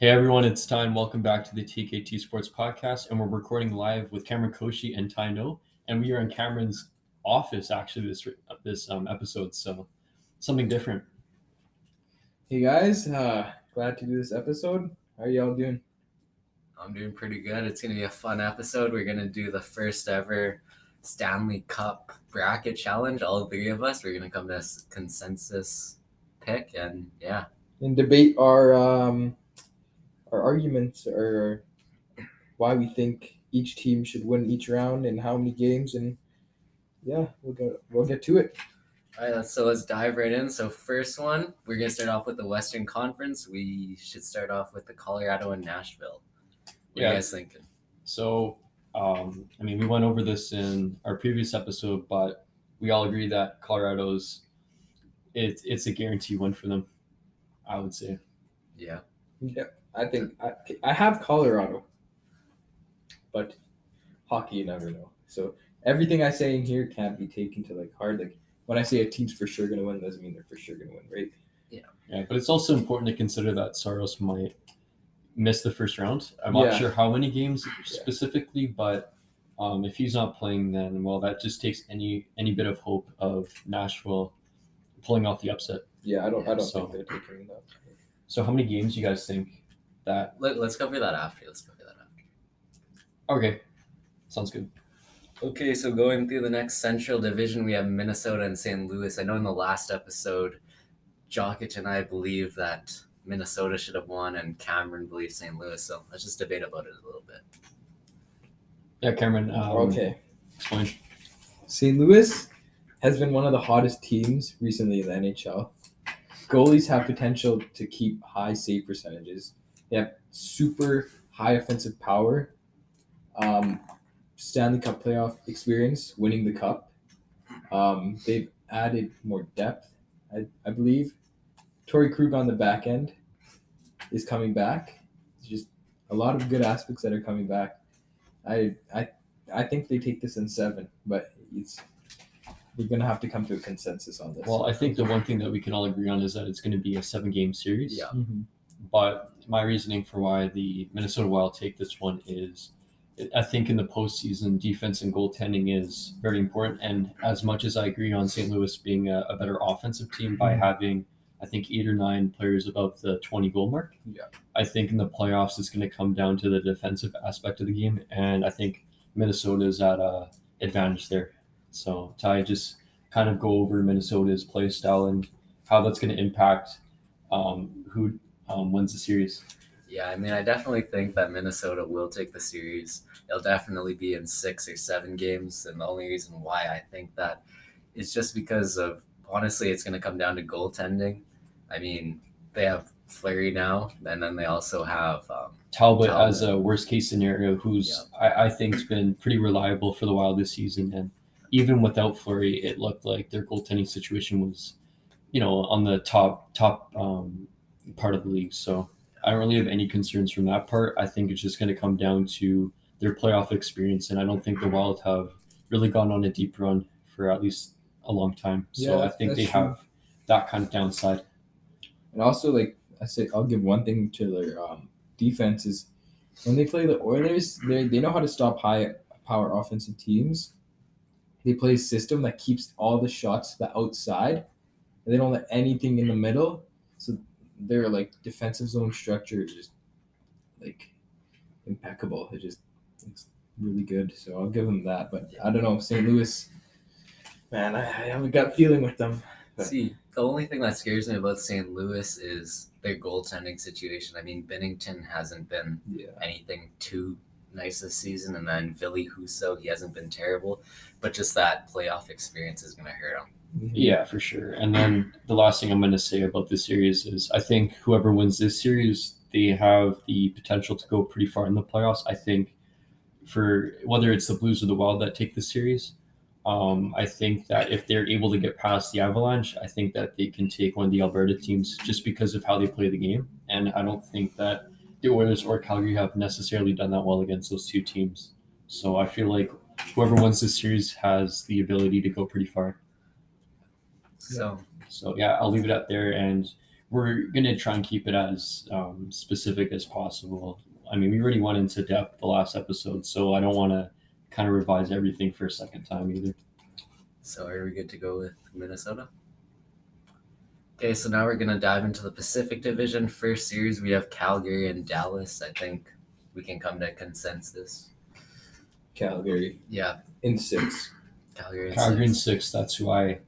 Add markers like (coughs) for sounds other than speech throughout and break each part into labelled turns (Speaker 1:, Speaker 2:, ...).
Speaker 1: Hey everyone, it's Ty, and welcome back to the TKT Sports Podcast. And we're recording live with Cameron Koshi and Ty No, and we are in Cameron's office actually this this um, episode, so something different.
Speaker 2: Hey guys, uh, glad to do this episode. How are y'all doing?
Speaker 3: I'm doing pretty good. It's going to be a fun episode. We're going to do the first ever Stanley Cup bracket challenge. All three of us, we're going to come to a s- consensus pick. And yeah,
Speaker 2: And debate our um, our arguments or why we think each team should win each round and how many games and yeah, we'll get we'll get to it.
Speaker 3: all right, let's, so let's dive right in. So, first one, we're going to start off with the Western Conference. We should start off with the Colorado and Nashville. What are
Speaker 1: Yeah.
Speaker 3: you guys thinking?
Speaker 1: So, um, I mean, we went over this in our previous episode, but we all agree that Colorado's it's it's a guarantee win for them. I would say.
Speaker 3: Yeah.
Speaker 2: Yeah, I think I I have Colorado, but hockey you never know. So everything I say in here can't be taken to like hard. Like when I say a team's for sure gonna win, doesn't mean they're for sure gonna win, right?
Speaker 1: Yeah, but it's also important to consider that Saros might miss the first round. I'm not
Speaker 2: Yeah.
Speaker 1: sure how many games specifically, but um, if he's not playing, then well, that just takes any any bit of hope of Nashville pulling off the upset.
Speaker 2: Yeah, I don't I don't
Speaker 1: So-
Speaker 2: think they're taking that.
Speaker 1: So, how many games you guys think that?
Speaker 3: Let, let's cover that after. Let's cover that after.
Speaker 1: Okay, sounds good.
Speaker 3: Okay, so going through the next Central Division, we have Minnesota and St. Louis. I know in the last episode, Jokic and I believe that Minnesota should have won, and Cameron believes St. Louis. So let's just debate about it a little bit.
Speaker 1: Yeah, Cameron. Um,
Speaker 2: Okay.
Speaker 1: Explain.
Speaker 2: St. Louis has been one of the hottest teams recently in the NHL. Goalies have potential to keep high save percentages. They have super high offensive power, um, Stanley Cup playoff experience, winning the cup. Um, they've added more depth, I, I believe. Torrey Krug on the back end is coming back. It's just a lot of good aspects that are coming back. I I I think they take this in seven, but it's we're gonna have to come to a consensus on this.
Speaker 1: Well, I think the one thing that we can all agree on is that it's going to be a seven game series.
Speaker 3: Yeah.
Speaker 1: But my reasoning for why the Minnesota Wild take this one is I think in the postseason, defense and goaltending is very important. And as much as I agree on St. Louis being a, a better offensive team by having, I think, eight or nine players above the 20 goal mark,
Speaker 2: Yeah.
Speaker 1: I think in the playoffs, it's going to come down to the defensive aspect of the game. And I think Minnesota is at a advantage there. So, Ty, just kind of go over Minnesota's play style and how that's going to impact um, who um, wins the series.
Speaker 3: Yeah, I mean, I definitely think that Minnesota will take the series. It'll definitely be in six or seven games. And the only reason why I think that is just because of, honestly, it's going to come down to goaltending. I mean, they have Flurry now, and then they also have. Um,
Speaker 1: Talbot,
Speaker 3: Talbot.
Speaker 1: as a worst case scenario, who's I, I think's been pretty reliable for the Wild this season, and even without Flurry, it looked like their goaltending situation was, you know, on the top top um, part of the league. So I don't really have any concerns from that part. I think it's just going to come down to their playoff experience, and I don't think the Wild have really gone on a deep run for at least a long time. So
Speaker 2: Yeah,
Speaker 1: I think
Speaker 2: that's
Speaker 1: they
Speaker 2: true.
Speaker 1: have that kind of downside.
Speaker 2: And also, like I say, I'll give one thing to their um, defense is when they play the Oilers, they they know how to stop high power offensive teams. They play a system that keeps all the shots to the outside, and they don't let anything in the middle. So their like defensive zone structure is just like impeccable. It just it's really good. So I'll give them that. But I don't know, St. Louis, man, I, I have a gut feeling with them. But-
Speaker 3: See, the only thing that scares me about St. Louis is their goaltending situation. I mean, Bennington hasn't been
Speaker 2: Yeah.
Speaker 3: anything too nice this season, and then Billy Huso, he hasn't been terrible, but just that playoff experience is going to hurt him.
Speaker 2: Mm-hmm.
Speaker 1: Yeah, for sure. And then the last thing I'm going to say about this series is I think whoever wins this series, they have the potential to go pretty far in the playoffs. I think for whether it's the Blues or the Wild that take the series, um, I think that if they're able to get past the Avalanche, I think that they can take one of the Alberta teams just because of how they play the game. And I don't think that the Oilers or Calgary have necessarily done that well against those two teams. So I feel like whoever wins this series has the ability to go pretty far.
Speaker 3: So,
Speaker 1: So yeah, I'll leave it up there, and we're gonna try and keep it as um, specific as possible. I mean, we already went into depth the last episode, so I don't want to kind of revise everything for a second time either.
Speaker 3: So are we good to go with Minnesota? Okay, so now we're gonna dive into the Pacific Division. First series we have Calgary and Dallas. I think we can come to consensus.
Speaker 2: Calgary
Speaker 3: Yeah,
Speaker 2: in six.
Speaker 3: Calgary. and
Speaker 1: Calgary in
Speaker 3: Sens.
Speaker 1: six. That's who I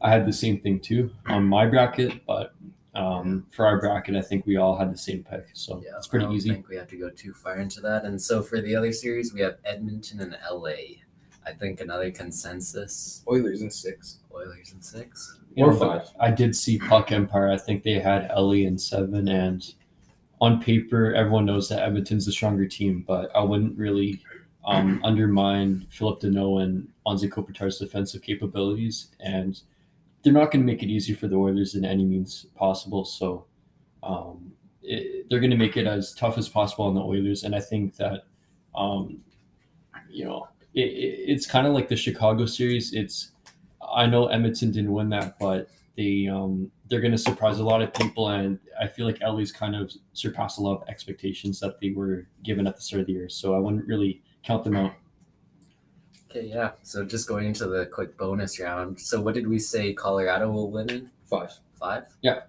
Speaker 1: I had the same thing too on my bracket, but um, for our bracket, I think we all had the same pick, so
Speaker 3: Yeah,
Speaker 1: it's
Speaker 3: I
Speaker 1: pretty
Speaker 3: don't
Speaker 1: easy.
Speaker 3: think we have to go too far into that. And so for the other series, we have Edmonton and LA. I think another consensus.
Speaker 2: Oilers in six.
Speaker 3: Oilers and six.
Speaker 1: You
Speaker 2: Or
Speaker 1: know,
Speaker 2: five.
Speaker 1: I did see Puck Empire. I think they had Ellie in seven, and on paper, everyone knows that Edmonton's the stronger team, but I wouldn't really um, undermine Philip Deneau and Anze Kopitar's defensive capabilities, and they're not going to make it easy for the Oilers in any means possible. So um, it, they're going to make it as tough as possible on the Oilers, and I think that um, you know it, it, it's kind of like the Chicago series. It's I know Edmonton didn't win that, but they um they're going to surprise a lot of people, and I feel like Ellie's kind of surpassed a lot of expectations that they were given at the start of the year. So I wouldn't really count them out.
Speaker 3: Okay, yeah. So just going into the quick bonus round. So what did we say Colorado will win in?
Speaker 2: Five.
Speaker 3: Five?
Speaker 1: Yeah.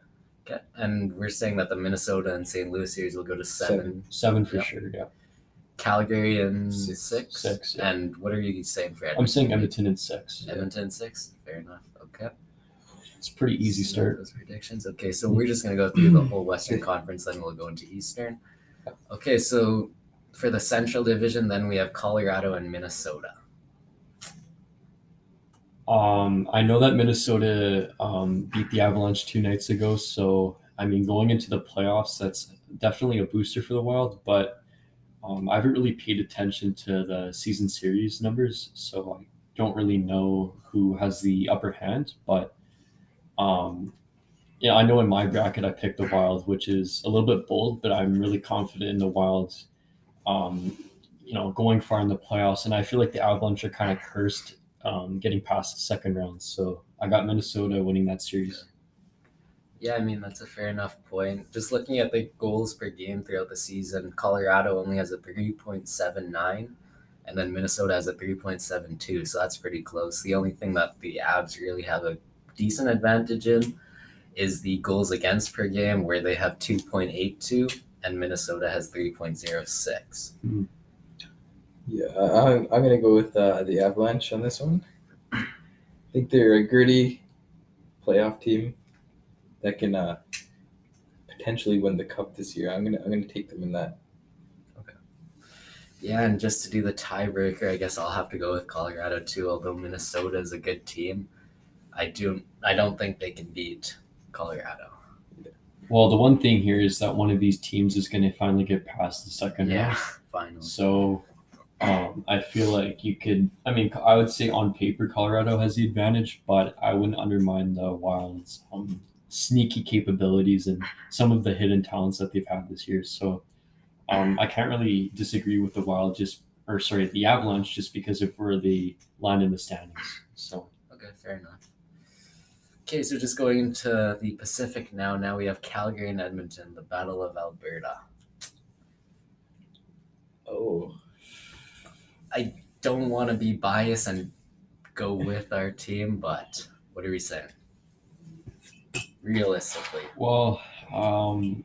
Speaker 3: Okay. And we're saying that the Minnesota and St. Louis series will go to seven.
Speaker 1: Seven
Speaker 2: Seven.
Speaker 1: for
Speaker 3: Yeah.
Speaker 1: sure. Yeah,
Speaker 3: Calgary and
Speaker 2: Six.
Speaker 3: six.
Speaker 1: Six, yeah.
Speaker 3: And what are you saying for Edmonton?
Speaker 1: I'm saying Edmonton in six.
Speaker 3: Edmonton six. Fair enough. Okay.
Speaker 1: It's a pretty easy
Speaker 3: So
Speaker 1: start.
Speaker 3: Those predictions. Okay, so we're just gonna go through the whole Western Conference, then we'll go into Eastern. Okay, so for the Central Division, then we have Colorado and Minnesota.
Speaker 1: Um, I know that Minnesota um, beat the Avalanche two nights ago, so I mean, going into the playoffs, that's definitely a booster for the Wild. But um, I haven't really paid attention to the season series numbers, so I don't really know who has the upper hand. But um, yeah, I know in my bracket I picked the Wild, which is a little bit bold, but I'm really confident in the Wild. Um, you know, going far in the playoffs, and I feel like the Avalanche are kind of cursed um, getting past the second round. So I got Minnesota winning that series.
Speaker 3: Yeah, I mean that's a fair enough point. Just looking at the goals per game throughout the season, Colorado only has a three point seven nine, and then Minnesota has a three point seven two. So that's pretty close. The only thing that the Abs really have a decent advantage in is the goals against per game, where they have two point eight two, and Minnesota has three point zero six.
Speaker 2: Yeah, I- I'm, I'm gonna go with uh, the Avalanche on this one. I think they're a gritty playoff team that can uh, potentially win the cup this year. I'm gonna I'm gonna take them in that.
Speaker 3: Yeah, and just to do the tiebreaker, I guess I'll have to go with Colorado too. Although Minnesota is a good team, I do I don't think they can beat Colorado.
Speaker 1: Well, the one thing here is that one of these teams is going to finally get past the second
Speaker 3: Yeah,
Speaker 1: round.
Speaker 3: finally.
Speaker 1: So um, I feel like you could. I mean, I would say on paper Colorado has the advantage, but I wouldn't undermine the Wild's um, sneaky capabilities and some of the hidden talents that they've had this year. So um, I can't really disagree with the Wild just. Or sorry, the Avalanche, just because of where they land in the standings. So
Speaker 3: Okay, fair enough. Okay, so just going into the Pacific now. Now we have Calgary and Edmonton, the Battle of Alberta.
Speaker 2: Oh,
Speaker 3: Don't want to be biased and go with our team, but what are we saying? Realistically,
Speaker 1: Well, um,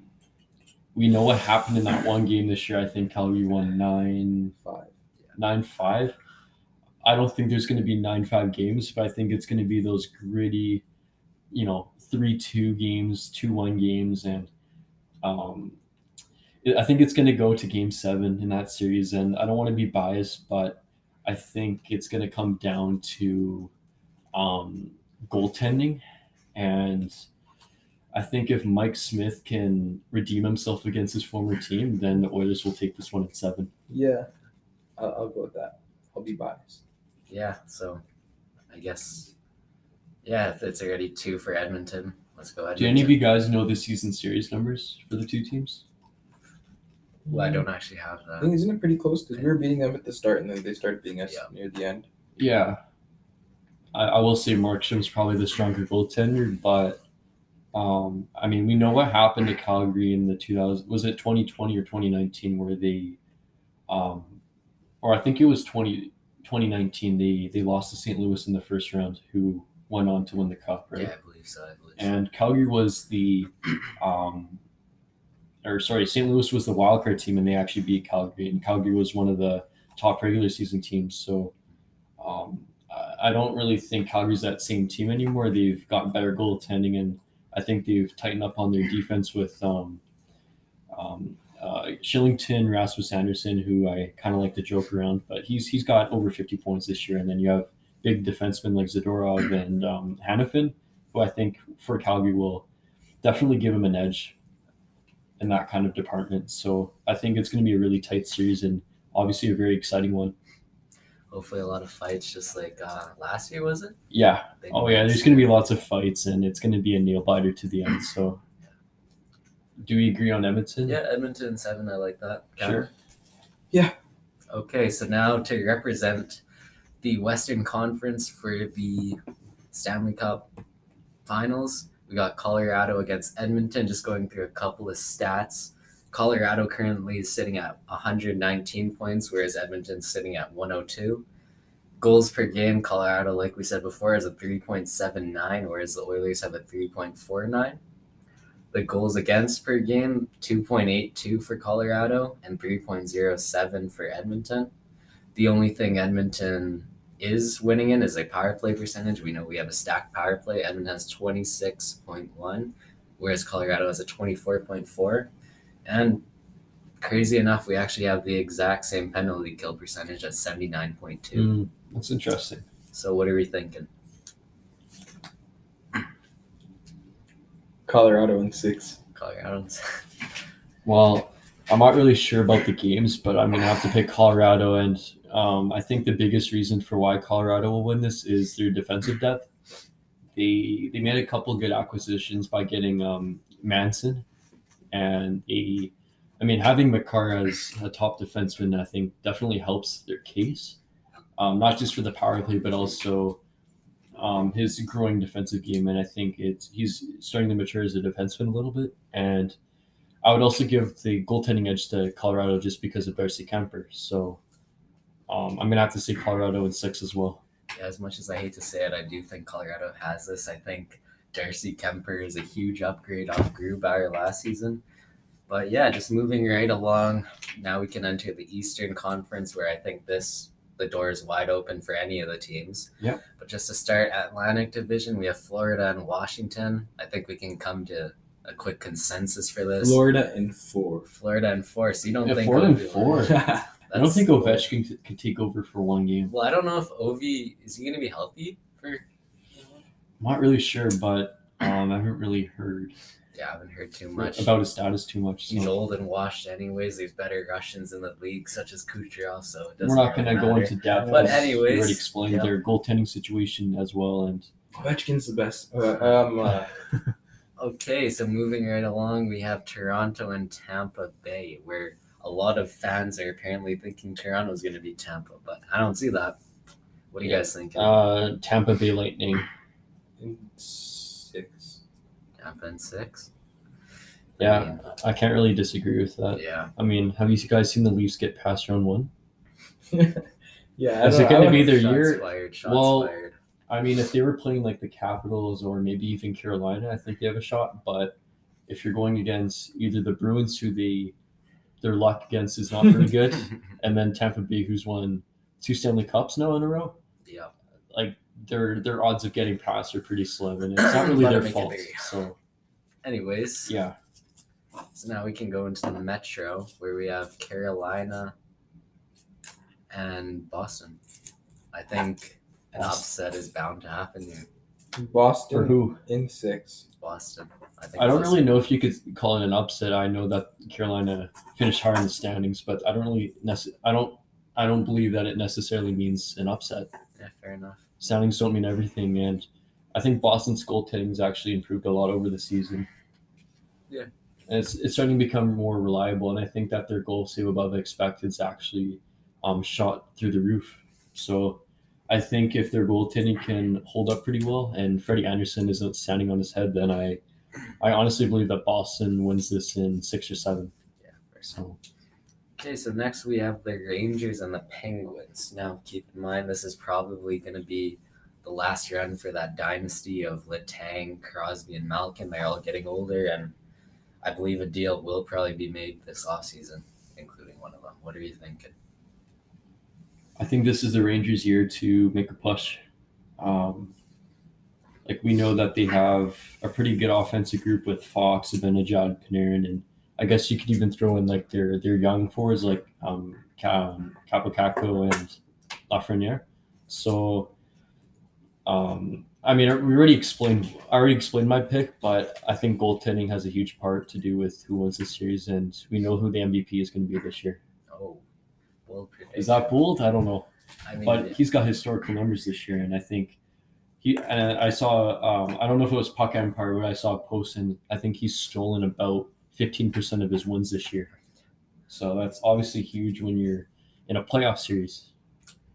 Speaker 1: we know what happened in that one game this year. I think Calgary won nine
Speaker 2: five.
Speaker 1: nine five. I don't think there's going to be nine five games, but I think it's going to be those gritty, you know, three two games, two one games, and um, it- I think it's going to go to game seven in that series. And I don't want to be biased, but I think it's going to come down to um, goaltending, and I think if Mike Smith can redeem himself against his former team, then the Oilers will take this one at seven.
Speaker 2: Yeah, I'll, I'll go with that. I'll be biased.
Speaker 3: yeah. So, I guess, yeah, if it's already two for Edmonton. Let's go Edmonton.
Speaker 1: Do any of you guys know the season series numbers for the two teams?
Speaker 3: Well, I don't actually have
Speaker 2: I
Speaker 3: that.
Speaker 2: think isn't it pretty close because we were beating them at the start and then they started beating us
Speaker 3: Yeah.
Speaker 2: near the end.
Speaker 1: Yeah. I, I will say Markstrom's probably the stronger goaltender, but Um, I mean, we know what happened to Calgary in the 2000 was it 2020 or 2019 where they, um, or I think it was 20, 2019 they they lost to St. Louis in the first round, who went on to win the cup, right?
Speaker 3: Yeah, I believe so. I believe so.
Speaker 1: and Calgary was the, um, or sorry, St. Louis was the wildcard team, and they actually beat Calgary. And Calgary was one of the top regular season teams. So um, I- I don't really think Calgary's that same team anymore. They've gotten better goaltending, and I think they've tightened up on their defense with um, um, uh, Shillington, Rasmus Anderson, who I kind of like to joke around, but he's he's got over 50 points this year. And then you have big defensemen like Zadorov and um, Hannafin, who I think for Calgary will definitely give him an edge in that kind of department. So I think it's going to be a really tight series and obviously a very exciting one.
Speaker 3: Hopefully, a lot of fights, just like uh, last year, was it?
Speaker 1: Yeah.
Speaker 3: They-
Speaker 1: Oh yeah. There's going to be lots of fights and it's going to be a nail biter to the end. So do we agree on Edmonton?
Speaker 3: Yeah, Edmonton seven. I like that.
Speaker 1: Sure.
Speaker 2: Yeah.
Speaker 3: Okay, so now to represent the Western Conference for the Stanley Cup Finals, we got Colorado against Edmonton. Just going through a couple of stats. Colorado currently is sitting at 119 points, whereas Edmonton's sitting at 102. Goals per game, Colorado, like we said before, is a 3.79, whereas the Oilers have a 3.49 the goals against per game 2.82 for Colorado and 3.07 for Edmonton. The only thing Edmonton is winning in is a power play percentage. We know we have a stacked power play. Edmonton has 26.1, whereas Colorado has a 24.4. And crazy enough, we actually have the exact same penalty kill percentage at 79.2.
Speaker 1: Hmm, that's interesting.
Speaker 3: So, what are we thinking?
Speaker 2: Colorado in six.
Speaker 3: (laughs) Colorado's.
Speaker 1: Well, I'm not really sure about the games, but I'm gonna have to pick Colorado, and um, I think the biggest reason for why Colorado will win this is their defensive depth. They they made a couple good acquisitions by getting um, Manson, and they, I mean, having Makar as a top defenseman, I think definitely helps their case, um, not just for the power play, but also. Um, his growing defensive game, and I think it's he's starting to mature as a defenseman a little bit, and I would also give the goaltending edge to Colorado just because of Darcy Kemper. So um, I'm gonna have to say Colorado in six as well.
Speaker 3: Yeah, as much as I hate to say it, I do think Colorado has this. I think Darcy Kemper is a huge upgrade off Grubauer last season. But yeah, just moving right along, now we can enter the Eastern Conference where I think this the door is wide open for any of the teams.
Speaker 1: Yep.
Speaker 3: But just to start Atlantic Division, we have Florida and Washington. I think we can come to a quick consensus for this.
Speaker 2: Florida in four.
Speaker 3: Florida and four. So you don't
Speaker 1: Yeah,
Speaker 3: think
Speaker 1: Florida and
Speaker 3: Ovi will-
Speaker 1: four. I don't
Speaker 3: That's-
Speaker 1: think Ovechkin could, could take over for one game.
Speaker 3: Well, I don't know if Ovi is he gonna be healthy for
Speaker 1: I'm not really sure, but um, I haven't really heard
Speaker 3: yeah, I haven't heard too much.
Speaker 1: about his status too much.
Speaker 3: He's
Speaker 1: So
Speaker 3: old and washed, anyways. There's better Russians in the league, such as Kucherov. So it doesn't
Speaker 1: we're not
Speaker 3: really
Speaker 1: gonna go
Speaker 3: matter.
Speaker 1: into depth.
Speaker 2: But
Speaker 1: as we
Speaker 3: anyways,
Speaker 1: already explained
Speaker 3: yeah.
Speaker 1: their goaltending situation as well, and
Speaker 2: (laughs) Ovechkin's the best. Uh, um, uh,
Speaker 3: Okay, so moving right along, we have Toronto and Tampa Bay, where a lot of fans are apparently thinking Toronto's going to be Tampa, but I don't see that. What do you
Speaker 1: Yeah.
Speaker 3: guys think?
Speaker 1: uh, Tampa Bay Lightning.
Speaker 2: in six. (laughs)
Speaker 3: Tampa in six. I
Speaker 1: Yeah, uh, I can't really disagree with that.
Speaker 3: mean, yeah.
Speaker 1: I mean, have you guys seen the Leafs get past round one?
Speaker 2: Yeah, I
Speaker 1: Is
Speaker 2: don't-
Speaker 1: it gonna
Speaker 2: I would-
Speaker 1: be their
Speaker 3: shots
Speaker 1: year?
Speaker 3: Fired, shots
Speaker 1: Well,
Speaker 3: fired.
Speaker 1: I mean, if they were playing like the Capitals or maybe even Carolina, I think they have a shot. But if you're going against either the Bruins, who they their luck against is not very
Speaker 3: (laughs)
Speaker 1: good, and then Tampa Bay, who's won two Stanley Cups now in a row,
Speaker 3: yeah.
Speaker 1: like their their odds of getting past are pretty slim, and it's not really
Speaker 3: Let
Speaker 1: their
Speaker 3: 'em make it
Speaker 1: fault.
Speaker 3: big.
Speaker 1: So
Speaker 3: Anyways,
Speaker 1: yeah,
Speaker 3: So now we can go into the metro where we have Carolina and Boston. I think an upset is bound to happen here.
Speaker 1: for
Speaker 2: Boston
Speaker 1: who?
Speaker 2: in six.
Speaker 3: Boston. I think
Speaker 1: I don't
Speaker 3: this-
Speaker 1: really know if you could call it an upset. I know that Carolina finished higher in the standings, but I don't really nece- I don't I don't believe that it necessarily means an upset.
Speaker 3: Yeah, fair enough.
Speaker 1: soundings don't mean everything. And I think Boston's goaltending's actually improved a lot over the season.
Speaker 3: Yeah.
Speaker 1: And it's, it's starting to become more reliable. And I think that their goal save above expected is actually um, shot through the roof. So I think if their goaltending can hold up pretty well and Freddie Anderson isn't standing on his head, then I I honestly believe that Boston wins this in six or seven.
Speaker 3: Yeah,
Speaker 1: So
Speaker 3: Okay, so next we have the Rangers and the Penguins. Now, keep in mind this is probably going to be the last run for that dynasty of Letang, Crosby, and Malkin. They're all getting older, and I believe a deal will probably be made this offseason, including one of them. What are you thinking?
Speaker 1: I think this is the Rangers' year to make a push. Um, like we know that they have a pretty good offensive group with Fox, Abenajad, Panarin, and I guess you could even throw in like their their young forwards like um, Ka- um, Capocacco and Lafreniere. So, um, I mean, I we already explained. I already explained my pick, but I think goaltending has a huge part to do with who wins this series, and we know who the MVP is going to be this year.
Speaker 3: Oh, well,
Speaker 1: Is that bold? I don't know
Speaker 3: I mean,
Speaker 1: but he's got historical numbers this year, and I think he. And I saw, um, I don't know if it was Puck Empire, but I saw a post, and I think he's stolen about fifteen percent of his wins this year. So that's obviously huge when you're in a playoff series.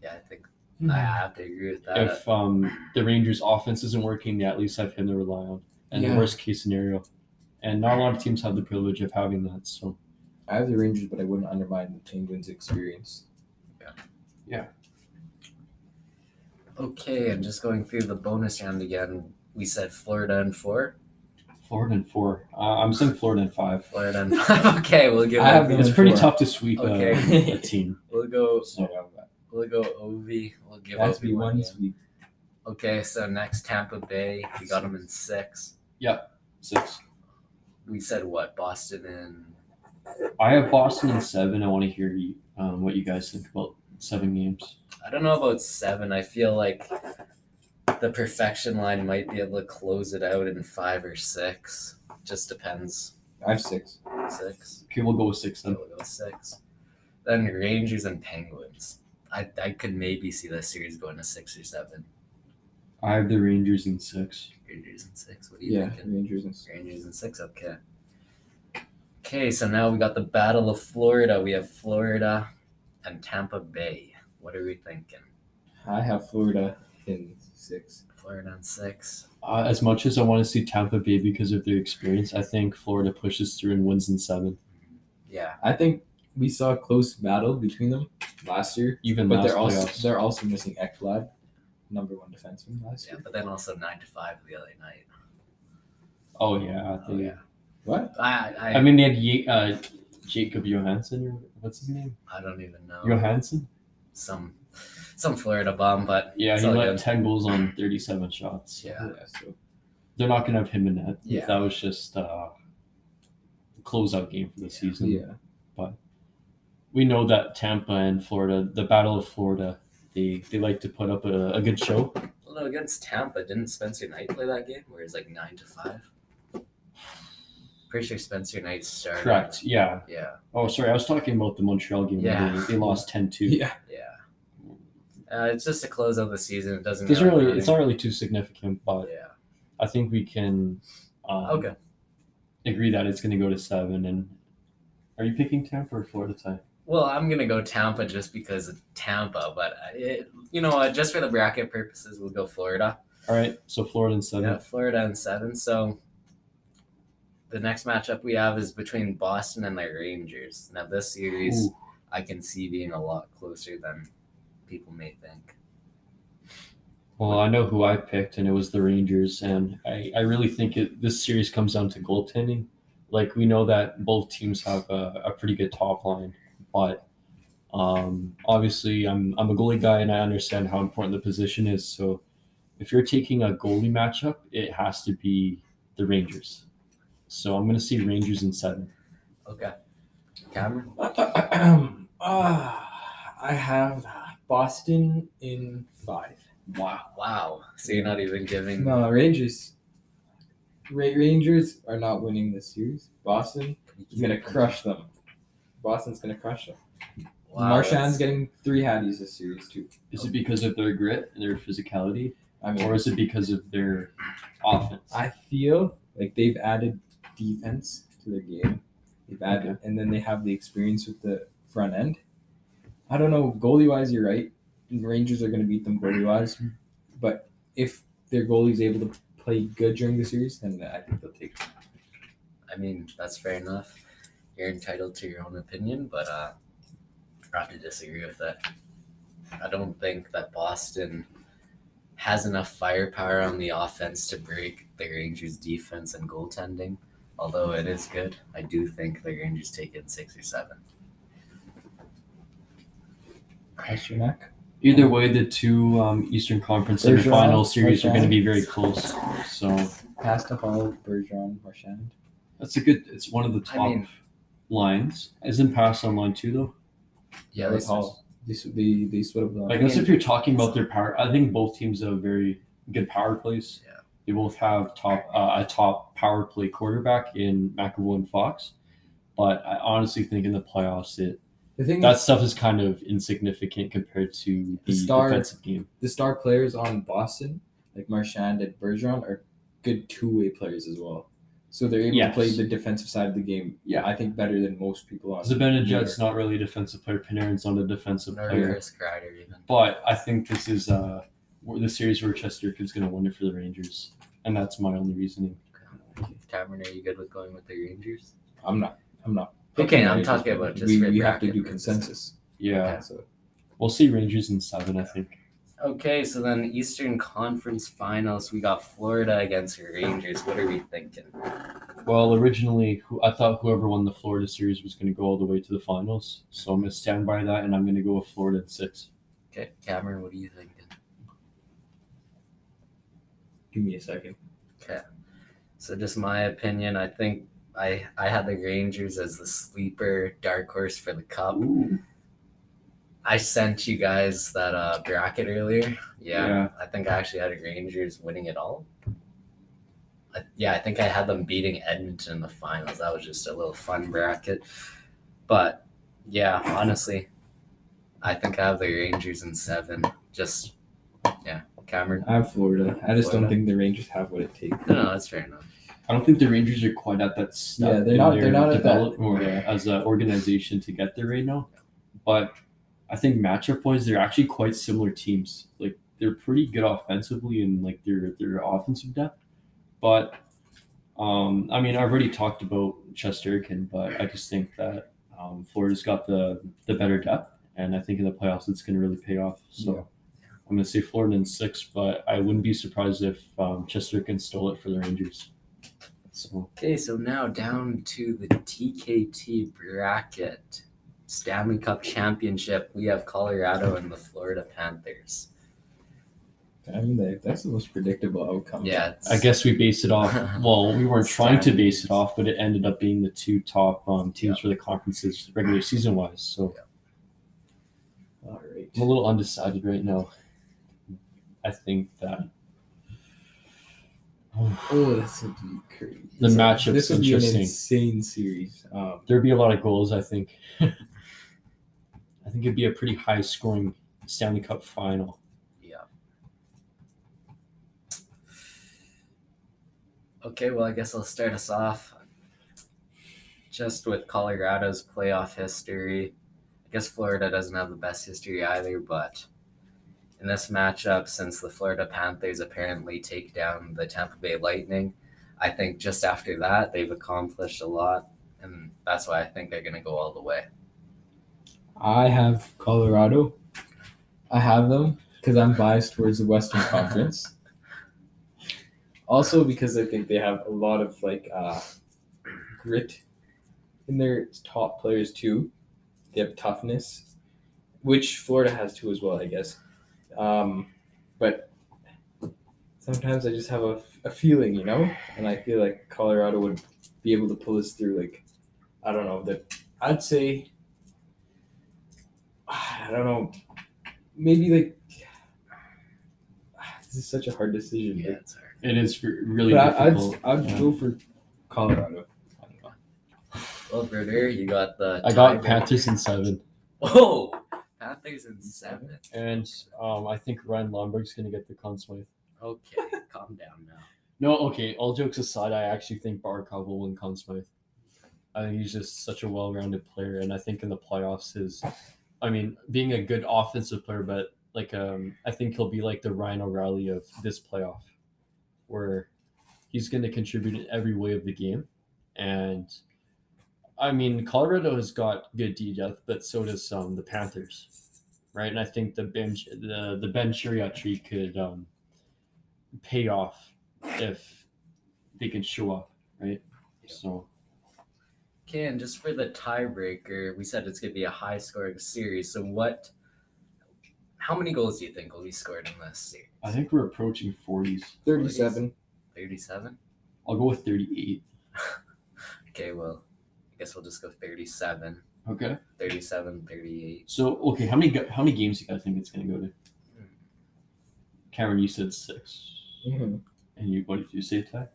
Speaker 3: yeah, I think I have to agree with that.
Speaker 1: if um, the Rangers' offense isn't working, they at least have him to rely on. And
Speaker 2: Yeah.
Speaker 1: the worst case scenario, and not a lot of teams have the privilege of having that. So
Speaker 2: I have the Rangers, but I wouldn't undermine the Penguins' (laughs) experience.
Speaker 3: okay, and just going through the bonus round again, we said Florida and four.
Speaker 1: Florida in four. Uh, I'm saying Florida in five.
Speaker 3: Florida and (laughs) five. okay, we'll give
Speaker 2: I
Speaker 3: it.
Speaker 2: have the-
Speaker 1: It's pretty
Speaker 2: Four.
Speaker 1: tough to sweep uh,
Speaker 3: Okay.
Speaker 1: a team.
Speaker 3: We'll go
Speaker 1: So
Speaker 3: We'll go Ovi. We'll give
Speaker 2: That's
Speaker 3: Ovi
Speaker 2: be
Speaker 3: one.
Speaker 2: one
Speaker 3: game.
Speaker 2: sweep.
Speaker 3: Okay, so next Tampa Bay. We got them in six.
Speaker 1: six.
Speaker 3: We said what? Boston and
Speaker 1: I have Boston in seven. I want to hear you, um, what you guys think about seven games.
Speaker 3: I don't know about seven. I feel like the perfection line might be able to close it out in five or six. Just depends.
Speaker 2: I have six.
Speaker 3: Six.
Speaker 1: Okay, we'll go with six
Speaker 3: So
Speaker 1: then.
Speaker 3: we'll go six. Then Rangers and Penguins. I, I could maybe see this series going to six or seven.
Speaker 1: I have the Rangers in six.
Speaker 3: Rangers and six. What do you
Speaker 2: Yeah,
Speaker 3: thinking?
Speaker 2: Rangers and
Speaker 3: Rangers and six. Okay. Okay, so now we got the Battle of Florida. We have Florida and Tampa Bay. What are we thinking?
Speaker 2: I have Florida in six.
Speaker 3: Florida and six.
Speaker 1: Uh, as much as I want to see Tampa Bay because of their experience, I think Florida pushes through and wins in seven.
Speaker 3: Yeah.
Speaker 2: I think we saw a close battle between them last year,
Speaker 1: Even
Speaker 2: but
Speaker 1: last
Speaker 2: they're also
Speaker 1: playoffs.
Speaker 2: they're also missing Ekblad, number one defenseman last
Speaker 3: Yeah,
Speaker 2: year.
Speaker 3: but then also nine to five the other night.
Speaker 1: oh yeah, I
Speaker 3: Oh,
Speaker 1: think.
Speaker 3: yeah.
Speaker 2: What?
Speaker 3: I I,
Speaker 1: I mean, they had Ye- uh, Jacob Johansson or what's his name?
Speaker 3: I don't even know.
Speaker 1: Johansson.
Speaker 3: Some some Florida bomb, but
Speaker 1: Yeah,
Speaker 3: it's
Speaker 1: he
Speaker 3: all
Speaker 1: let
Speaker 3: good.
Speaker 1: ten goals on thirty-seven shots.
Speaker 3: Yeah.
Speaker 2: so
Speaker 1: They're not gonna have him in net.
Speaker 3: Yeah.
Speaker 1: That was just uh, a closeout game for the season.
Speaker 2: yeah.
Speaker 1: we know that Tampa and Florida, the Battle of Florida, they, they like to put up a, a good show.
Speaker 3: Although against Tampa, didn't Spencer Knight play that game where it's like nine to five? Pretty sure Spencer Knight started.
Speaker 1: Correct. Yeah.
Speaker 3: Yeah.
Speaker 1: Oh, sorry. I was talking about the Montreal game.
Speaker 3: Yeah.
Speaker 1: They, they lost 10 2.
Speaker 2: Yeah.
Speaker 3: Yeah. Uh, it's just to close out the season. It doesn't
Speaker 1: It's
Speaker 3: really
Speaker 1: really, it's not really too significant, but
Speaker 3: Yeah.
Speaker 1: I think we can um,
Speaker 3: Okay.
Speaker 1: agree that it's going to go to seven. And are you picking Tampa or Florida tie?
Speaker 3: Well, I'm gonna go Tampa just because of Tampa, but I- it, you know what? Just for the bracket purposes, we'll go Florida.
Speaker 1: All right. So Florida and seven.
Speaker 3: Yeah, Florida and seven. So the next matchup we have is between Boston and the Rangers. Now this series,
Speaker 1: Ooh,
Speaker 3: I can see being a lot closer than people may think.
Speaker 1: well, I know who I picked, and it was the Rangers. And I, I really think it, this series comes down to goaltending. Like, we know that both teams have a, a pretty good top line. but um, obviously I'm I'm a goalie guy and I understand how important the position is. So if you're taking a goalie matchup, it has to be the Rangers. So I'm gonna see Rangers in seven.
Speaker 3: Okay. Cameron.
Speaker 2: (coughs) Ah, I have Boston in five.
Speaker 3: Wow. Wow. So you're not even giving.
Speaker 2: No, Rangers. Ra- Rangers are not winning this series. Boston is gonna crush them. Boston's gonna crush them.
Speaker 3: Wow,
Speaker 2: Marshan's
Speaker 3: that's-
Speaker 2: getting three hatties this series too.
Speaker 1: Is it because of their grit and their physicality,
Speaker 2: I mean,
Speaker 1: or is it because of their offense?
Speaker 2: I feel like they've added defense to their game. They've added, and then they have the experience with the front end. I don't know goalie wise. You're right. The Rangers are going to beat them goalie wise, but if their goalie is able to play good during the series, then I think they'll take. it.
Speaker 3: I mean, that's fair enough. You're entitled to your own opinion, but uh, I have to disagree with that. I don't think that Boston has enough firepower on the offense to break the Rangers' defense and goaltending. Although it is good, I do think the Rangers take in six or seven.
Speaker 2: Crush your neck.
Speaker 1: Either way, the two um, Eastern Conference
Speaker 2: Bergeron,
Speaker 1: semifinal series are
Speaker 2: Marchand.
Speaker 1: going to be very close. So
Speaker 2: Pass to Hall, Bergeron, Marchand.
Speaker 1: that's a good. It's one of the
Speaker 3: I
Speaker 1: top
Speaker 3: mean-
Speaker 1: lines. Isn't pass on line two though?
Speaker 3: Yeah,
Speaker 2: Like
Speaker 3: that's all.
Speaker 2: Hall. They, s- they, they split up the
Speaker 1: I guess if you're talking about their power, I think both teams have very good power plays.
Speaker 3: Yeah.
Speaker 1: They both have top uh, a top power play quarterback in McAvoy and Fox, but I honestly think in the playoffs it
Speaker 2: the thing
Speaker 1: that stuff is kind of insignificant compared to the,
Speaker 2: The star-
Speaker 1: defensive game.
Speaker 2: the star players on Boston, like Marchand and Bergeron, are good two-way players as well. So they're able
Speaker 1: Yes.
Speaker 2: to play the defensive side of the game.
Speaker 1: Yeah.
Speaker 2: I think better than most people on.
Speaker 1: Zibanejad's not really a defensive player. Panarin's not a defensive
Speaker 3: Nor
Speaker 1: player.
Speaker 3: Chris Kreider even.
Speaker 1: But I think this is uh where the series where Chesterfield's going to win it for the Rangers, and that's my only reasoning.
Speaker 3: Cameron, are you good with going with the Rangers?
Speaker 2: I'm not. I'm not.
Speaker 3: Okay, I'm talking about just
Speaker 2: we,
Speaker 3: for
Speaker 2: we have to
Speaker 3: bracket
Speaker 2: do
Speaker 3: purposes.
Speaker 2: consensus.
Speaker 1: Yeah,
Speaker 2: So
Speaker 1: we'll see Rangers in seven. I think
Speaker 3: Okay, so then Eastern Conference Finals, we got Florida against Rangers. What are we thinking?
Speaker 1: Well, originally, who I thought whoever won the Florida series was going to go all the way to the finals. So I'm going to stand by that, and I'm going to go with Florida at six.
Speaker 3: Okay, Cameron, what are you thinking?
Speaker 2: give me a second.
Speaker 3: So just my opinion, I think I I had the Rangers as the sleeper dark horse for the cup. I sent you guys that uh bracket earlier. Yeah,
Speaker 1: Yeah.
Speaker 3: I think I actually had Rangers winning it all. I, yeah, I think I had them beating Edmonton in the finals. That was just a little fun bracket. But yeah, honestly, I think I have the Rangers in seven. Just yeah, Cameron.
Speaker 2: I have Florida. I just
Speaker 3: Florida.
Speaker 2: don't think the Rangers have what it takes.
Speaker 3: No, no, that's fair enough.
Speaker 1: I don't think the Rangers are quite at that step.
Speaker 2: Yeah, they're
Speaker 1: in
Speaker 2: not-
Speaker 1: Their
Speaker 2: they're not at that-
Speaker 1: development or, uh, as an organization to get there right now. But I think matchup wise, they're actually quite similar teams. Like they're pretty good offensively and like their their offensive depth. But um, I mean, I've already talked about Chesterkin, but I just think that um, Florida's got the the better depth, and I think in the playoffs it's going to really pay off. So.
Speaker 2: Yeah.
Speaker 1: I'm going to say Florida in six, but I wouldn't be surprised if um, Chesterkin stole it for the Rangers. So
Speaker 3: Okay, so now down to the TKT bracket. Stanley Cup Championship. We have Colorado and the Florida Panthers.
Speaker 2: I mean, like, that's the most predictable outcome.
Speaker 3: Yeah, it's,
Speaker 1: I guess we based it
Speaker 3: (laughs)
Speaker 1: off. Well, we weren't trying to base it off, but it ended up being the two top um, teams for the conferences regular season wise. So
Speaker 2: All right.
Speaker 1: I'm a little undecided right now. I think that
Speaker 2: Oh, that's gonna be crazy.
Speaker 1: The matchup's
Speaker 2: This would be an
Speaker 1: interesting.
Speaker 2: insane series. Um,
Speaker 1: there'd be a lot of goals. I think. (laughs) I think it'd be a pretty high scoring Stanley Cup final.
Speaker 3: Okay, well, I guess I'll start us off just with Colorado's playoff history. I guess Florida doesn't have the best history either, but in this matchup, since the Florida Panthers apparently take down the Tampa Bay Lightning, I think just after that, they've accomplished a lot, and that's why I think they're going to go all the way.
Speaker 2: I have Colorado. I have them because I'm biased towards the Western Conference. Also, because I think they have a lot of like uh, grit in their top players too. They have toughness, which Florida has too as well, I guess. Um, but sometimes I just have a, a feeling, you know, and I feel like Colorado would be able to pull this through. Like I don't know that I'd say I don't know. Maybe like (sighs) this is such a hard decision.
Speaker 3: Yeah, it's hard.
Speaker 1: It is re-
Speaker 2: But
Speaker 1: really
Speaker 2: I, I'd
Speaker 1: difficult.
Speaker 2: I'd
Speaker 1: yeah.
Speaker 2: go for Colorado.
Speaker 3: Well, Bruder, you got the.
Speaker 1: I got
Speaker 3: tiebreaker.
Speaker 1: Panthers in seven,
Speaker 3: Whoa! Panthers in seven.
Speaker 1: and um, I think Ryan Lomberg's going to get the Conn Smythe.
Speaker 3: Okay, (laughs) calm down now.
Speaker 1: No, okay. All jokes aside, I actually think Barkov will win Conn Smythe. I think he's just such a well-rounded player, and I think in the playoffs, his, I mean, being a good offensive player, but like, um, I think he'll be like the Ryan O'Reilly of this playoff, where he's going to contribute in every way of the game, And I mean, Colorado has got good D depth, but so does um, the Panthers, right? And I think the bench, the the Ben Chiriot tree could um, pay off if they can show up, right? So
Speaker 3: Okay, and just for the tiebreaker, we said it's going to be a high scoring series. So, what, how many goals do you think will be scored in this series?
Speaker 1: I think we're approaching forties.
Speaker 2: 37.
Speaker 3: 37?
Speaker 1: I'll go with thirty-eight.
Speaker 3: Okay, well, I guess we'll just go 37.
Speaker 1: Okay.
Speaker 3: 37, 38.
Speaker 1: So okay, how many go- how many games do you guys think it's going to go to? Cameron, you said six,
Speaker 2: Mhm.
Speaker 1: and you what did you say, Ty?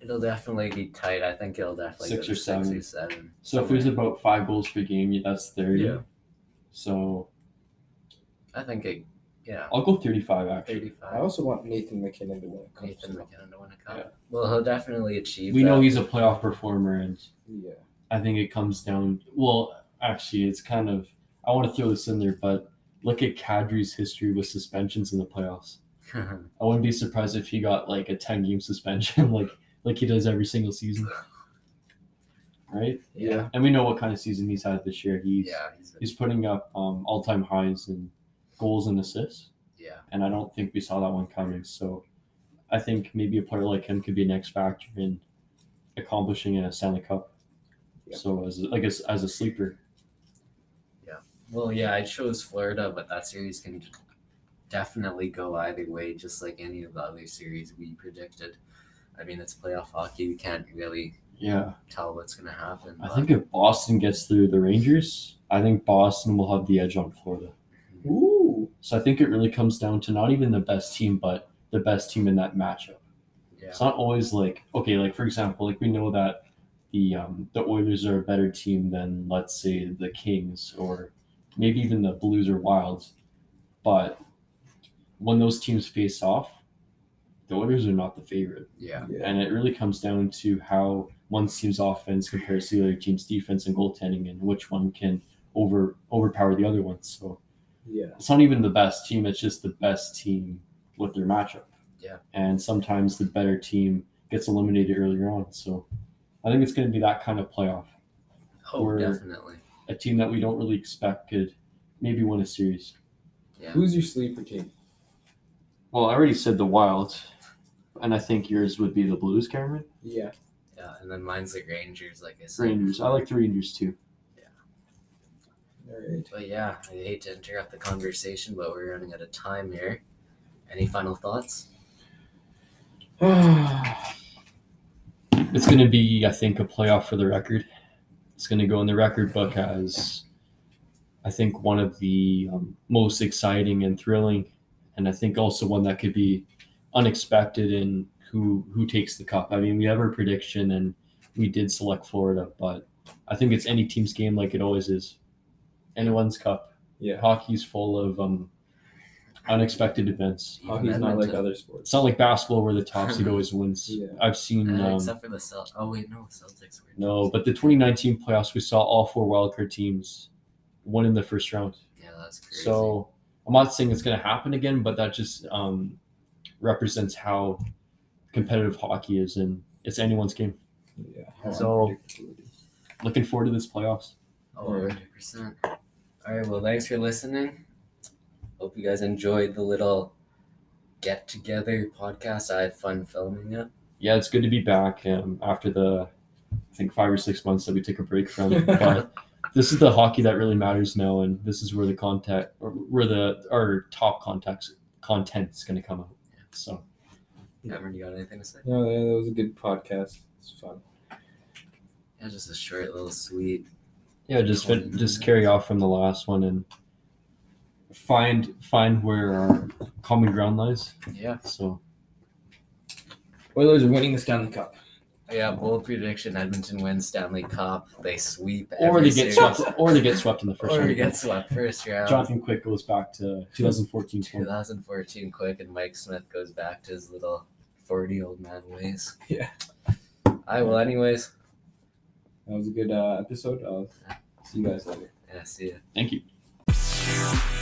Speaker 3: It'll definitely be tight. I think it'll definitely
Speaker 1: Six
Speaker 3: go
Speaker 1: or
Speaker 3: to six
Speaker 1: seven.
Speaker 3: or seven.
Speaker 1: So if there's about five goals per game, yeah, that's thirty. So
Speaker 3: I think it, yeah,
Speaker 1: I'll go thirty-five actually.
Speaker 3: 35.
Speaker 2: I also want Nathan McKinnon to win a cup.
Speaker 3: Nathan
Speaker 2: somehow.
Speaker 3: McKinnon to win a cup.
Speaker 1: Yeah.
Speaker 3: Well, he'll definitely achieve.
Speaker 1: We
Speaker 3: that.
Speaker 1: know he's a playoff performer, and
Speaker 2: Yeah.
Speaker 1: I think it comes down. Well, actually, it's kind of. I want to throw this in there, but look at Kadri's history with suspensions in the playoffs. I wouldn't be surprised if he got like a ten game suspension, (laughs) like like he does every single season. Right,
Speaker 3: (laughs)
Speaker 2: Yeah.
Speaker 1: and we know what kind of season he's had this year. He's
Speaker 3: yeah, he's been,
Speaker 1: he's putting up um, all time highs in goals and assists,
Speaker 3: yeah.
Speaker 1: and I don't think we saw that one coming. So, I think maybe a player like him could be an X factor in accomplishing a Stanley Cup.
Speaker 2: Yeah.
Speaker 1: So as like as, as a sleeper,
Speaker 3: Well, yeah, I chose Florida, but that series can j- definitely go either way, just like any of the other series we predicted. I mean, it's playoff hockey. We can't really
Speaker 1: yeah.
Speaker 3: tell what's going to happen.
Speaker 1: I
Speaker 3: but-
Speaker 1: think if Boston gets through the Rangers, I think Boston will have the edge on Florida.
Speaker 2: Ooh.
Speaker 1: So I think it really comes down to not even the best team, but the best team in that matchup.
Speaker 3: yeah.
Speaker 1: It's not always like okay, like for example, like we know that the um, the Oilers are a better team than let's say the Kings or maybe even the Blues or Wilds, but when those teams face off, the Oilers are not the favorite.
Speaker 3: Yeah.
Speaker 2: Yeah.
Speaker 1: And it really comes down to how one team's offense compares to the other team's defense and goaltending, and which one can over overpower the other one. So
Speaker 2: Yeah.
Speaker 1: it's not even the best team; it's just the best team with their matchup.
Speaker 3: Yeah.
Speaker 1: And sometimes the better team gets eliminated earlier on. So I think it's going to be that kind of playoff.
Speaker 3: Oh,
Speaker 1: Or-
Speaker 3: definitely.
Speaker 1: A team that we don't really expect could maybe win a series.
Speaker 3: Yeah.
Speaker 2: Who's your sleeper team?
Speaker 1: Well, I already said the Wild, and I think yours would be the Blues, Cameron.
Speaker 2: Yeah.
Speaker 3: Yeah. And then mine's the Rangers, like I said.
Speaker 1: Rangers. I like the Rangers too.
Speaker 2: All right.
Speaker 3: But yeah, I hate to interrupt the conversation, but we're running out of time here. Any final thoughts?
Speaker 1: It's going to be, I think, a playoff for the record. It's going to go in the record book as, I think, one of the um, most exciting and thrilling, and I think also one that could be unexpected in who who takes the cup. I mean, we have our prediction, and we did select Florida, but I think it's any team's game, like it always is. Anyone's cup.
Speaker 2: Yeah.
Speaker 1: Hockey's full of um, unexpected events.
Speaker 2: (sighs)
Speaker 3: Even
Speaker 2: Hockey's not like
Speaker 3: Edmonton.
Speaker 2: other sports.
Speaker 1: It's not like basketball where the top
Speaker 2: (laughs)
Speaker 1: seed always wins.
Speaker 2: Yeah.
Speaker 1: I've seen
Speaker 3: Uh,
Speaker 1: um,
Speaker 3: except for the Celtics. Oh wait, no, Celtics were.
Speaker 1: no, but the 2019 playoffs, we saw all four wildcard teams win in the first round.
Speaker 3: Yeah, that's crazy.
Speaker 1: So I'm not saying it's going to happen again, but that just um, represents how competitive hockey is, and it's anyone's game.
Speaker 2: Yeah. how
Speaker 1: So-
Speaker 2: unpredictable
Speaker 1: Looking forward to this playoffs.
Speaker 3: Oh, 100%. All right, well, thanks for listening. Hope you guys enjoyed the little get together podcast. I had fun filming it.
Speaker 1: Yeah, it's good to be back um, after the, I think five or six months that we took a break from. but
Speaker 3: yeah,
Speaker 1: this is the hockey that really matters now, and this is where the contact, or where the our top contacts content is going to come out. So.
Speaker 3: Cameron, you got anything to say?
Speaker 2: No, that that was a good podcast. It's fun.
Speaker 3: Yeah, just a short, little, sweet.
Speaker 1: Yeah, just fit,
Speaker 3: 20
Speaker 1: just carry off from the last one and find find where our common ground lies.
Speaker 3: Yeah.
Speaker 1: So
Speaker 2: Oilers are winning the Stanley Cup.
Speaker 3: Oh, Yeah, bold prediction Edmonton wins Stanley Cup. They sweep.
Speaker 1: or
Speaker 3: every
Speaker 1: they get
Speaker 3: series.
Speaker 1: swept, or they get swept in the first
Speaker 3: (laughs) Or
Speaker 1: round.
Speaker 3: they get swept first round.
Speaker 1: Jonathan Quick goes back to 2014.
Speaker 3: 2014 quick and Mike Smith goes back to his little 40 old man ways.
Speaker 2: Yeah.
Speaker 3: I well anyways.
Speaker 2: That was a good uh, episode. I'll see you guys later.
Speaker 3: Yeah, see ya.
Speaker 1: Thank you.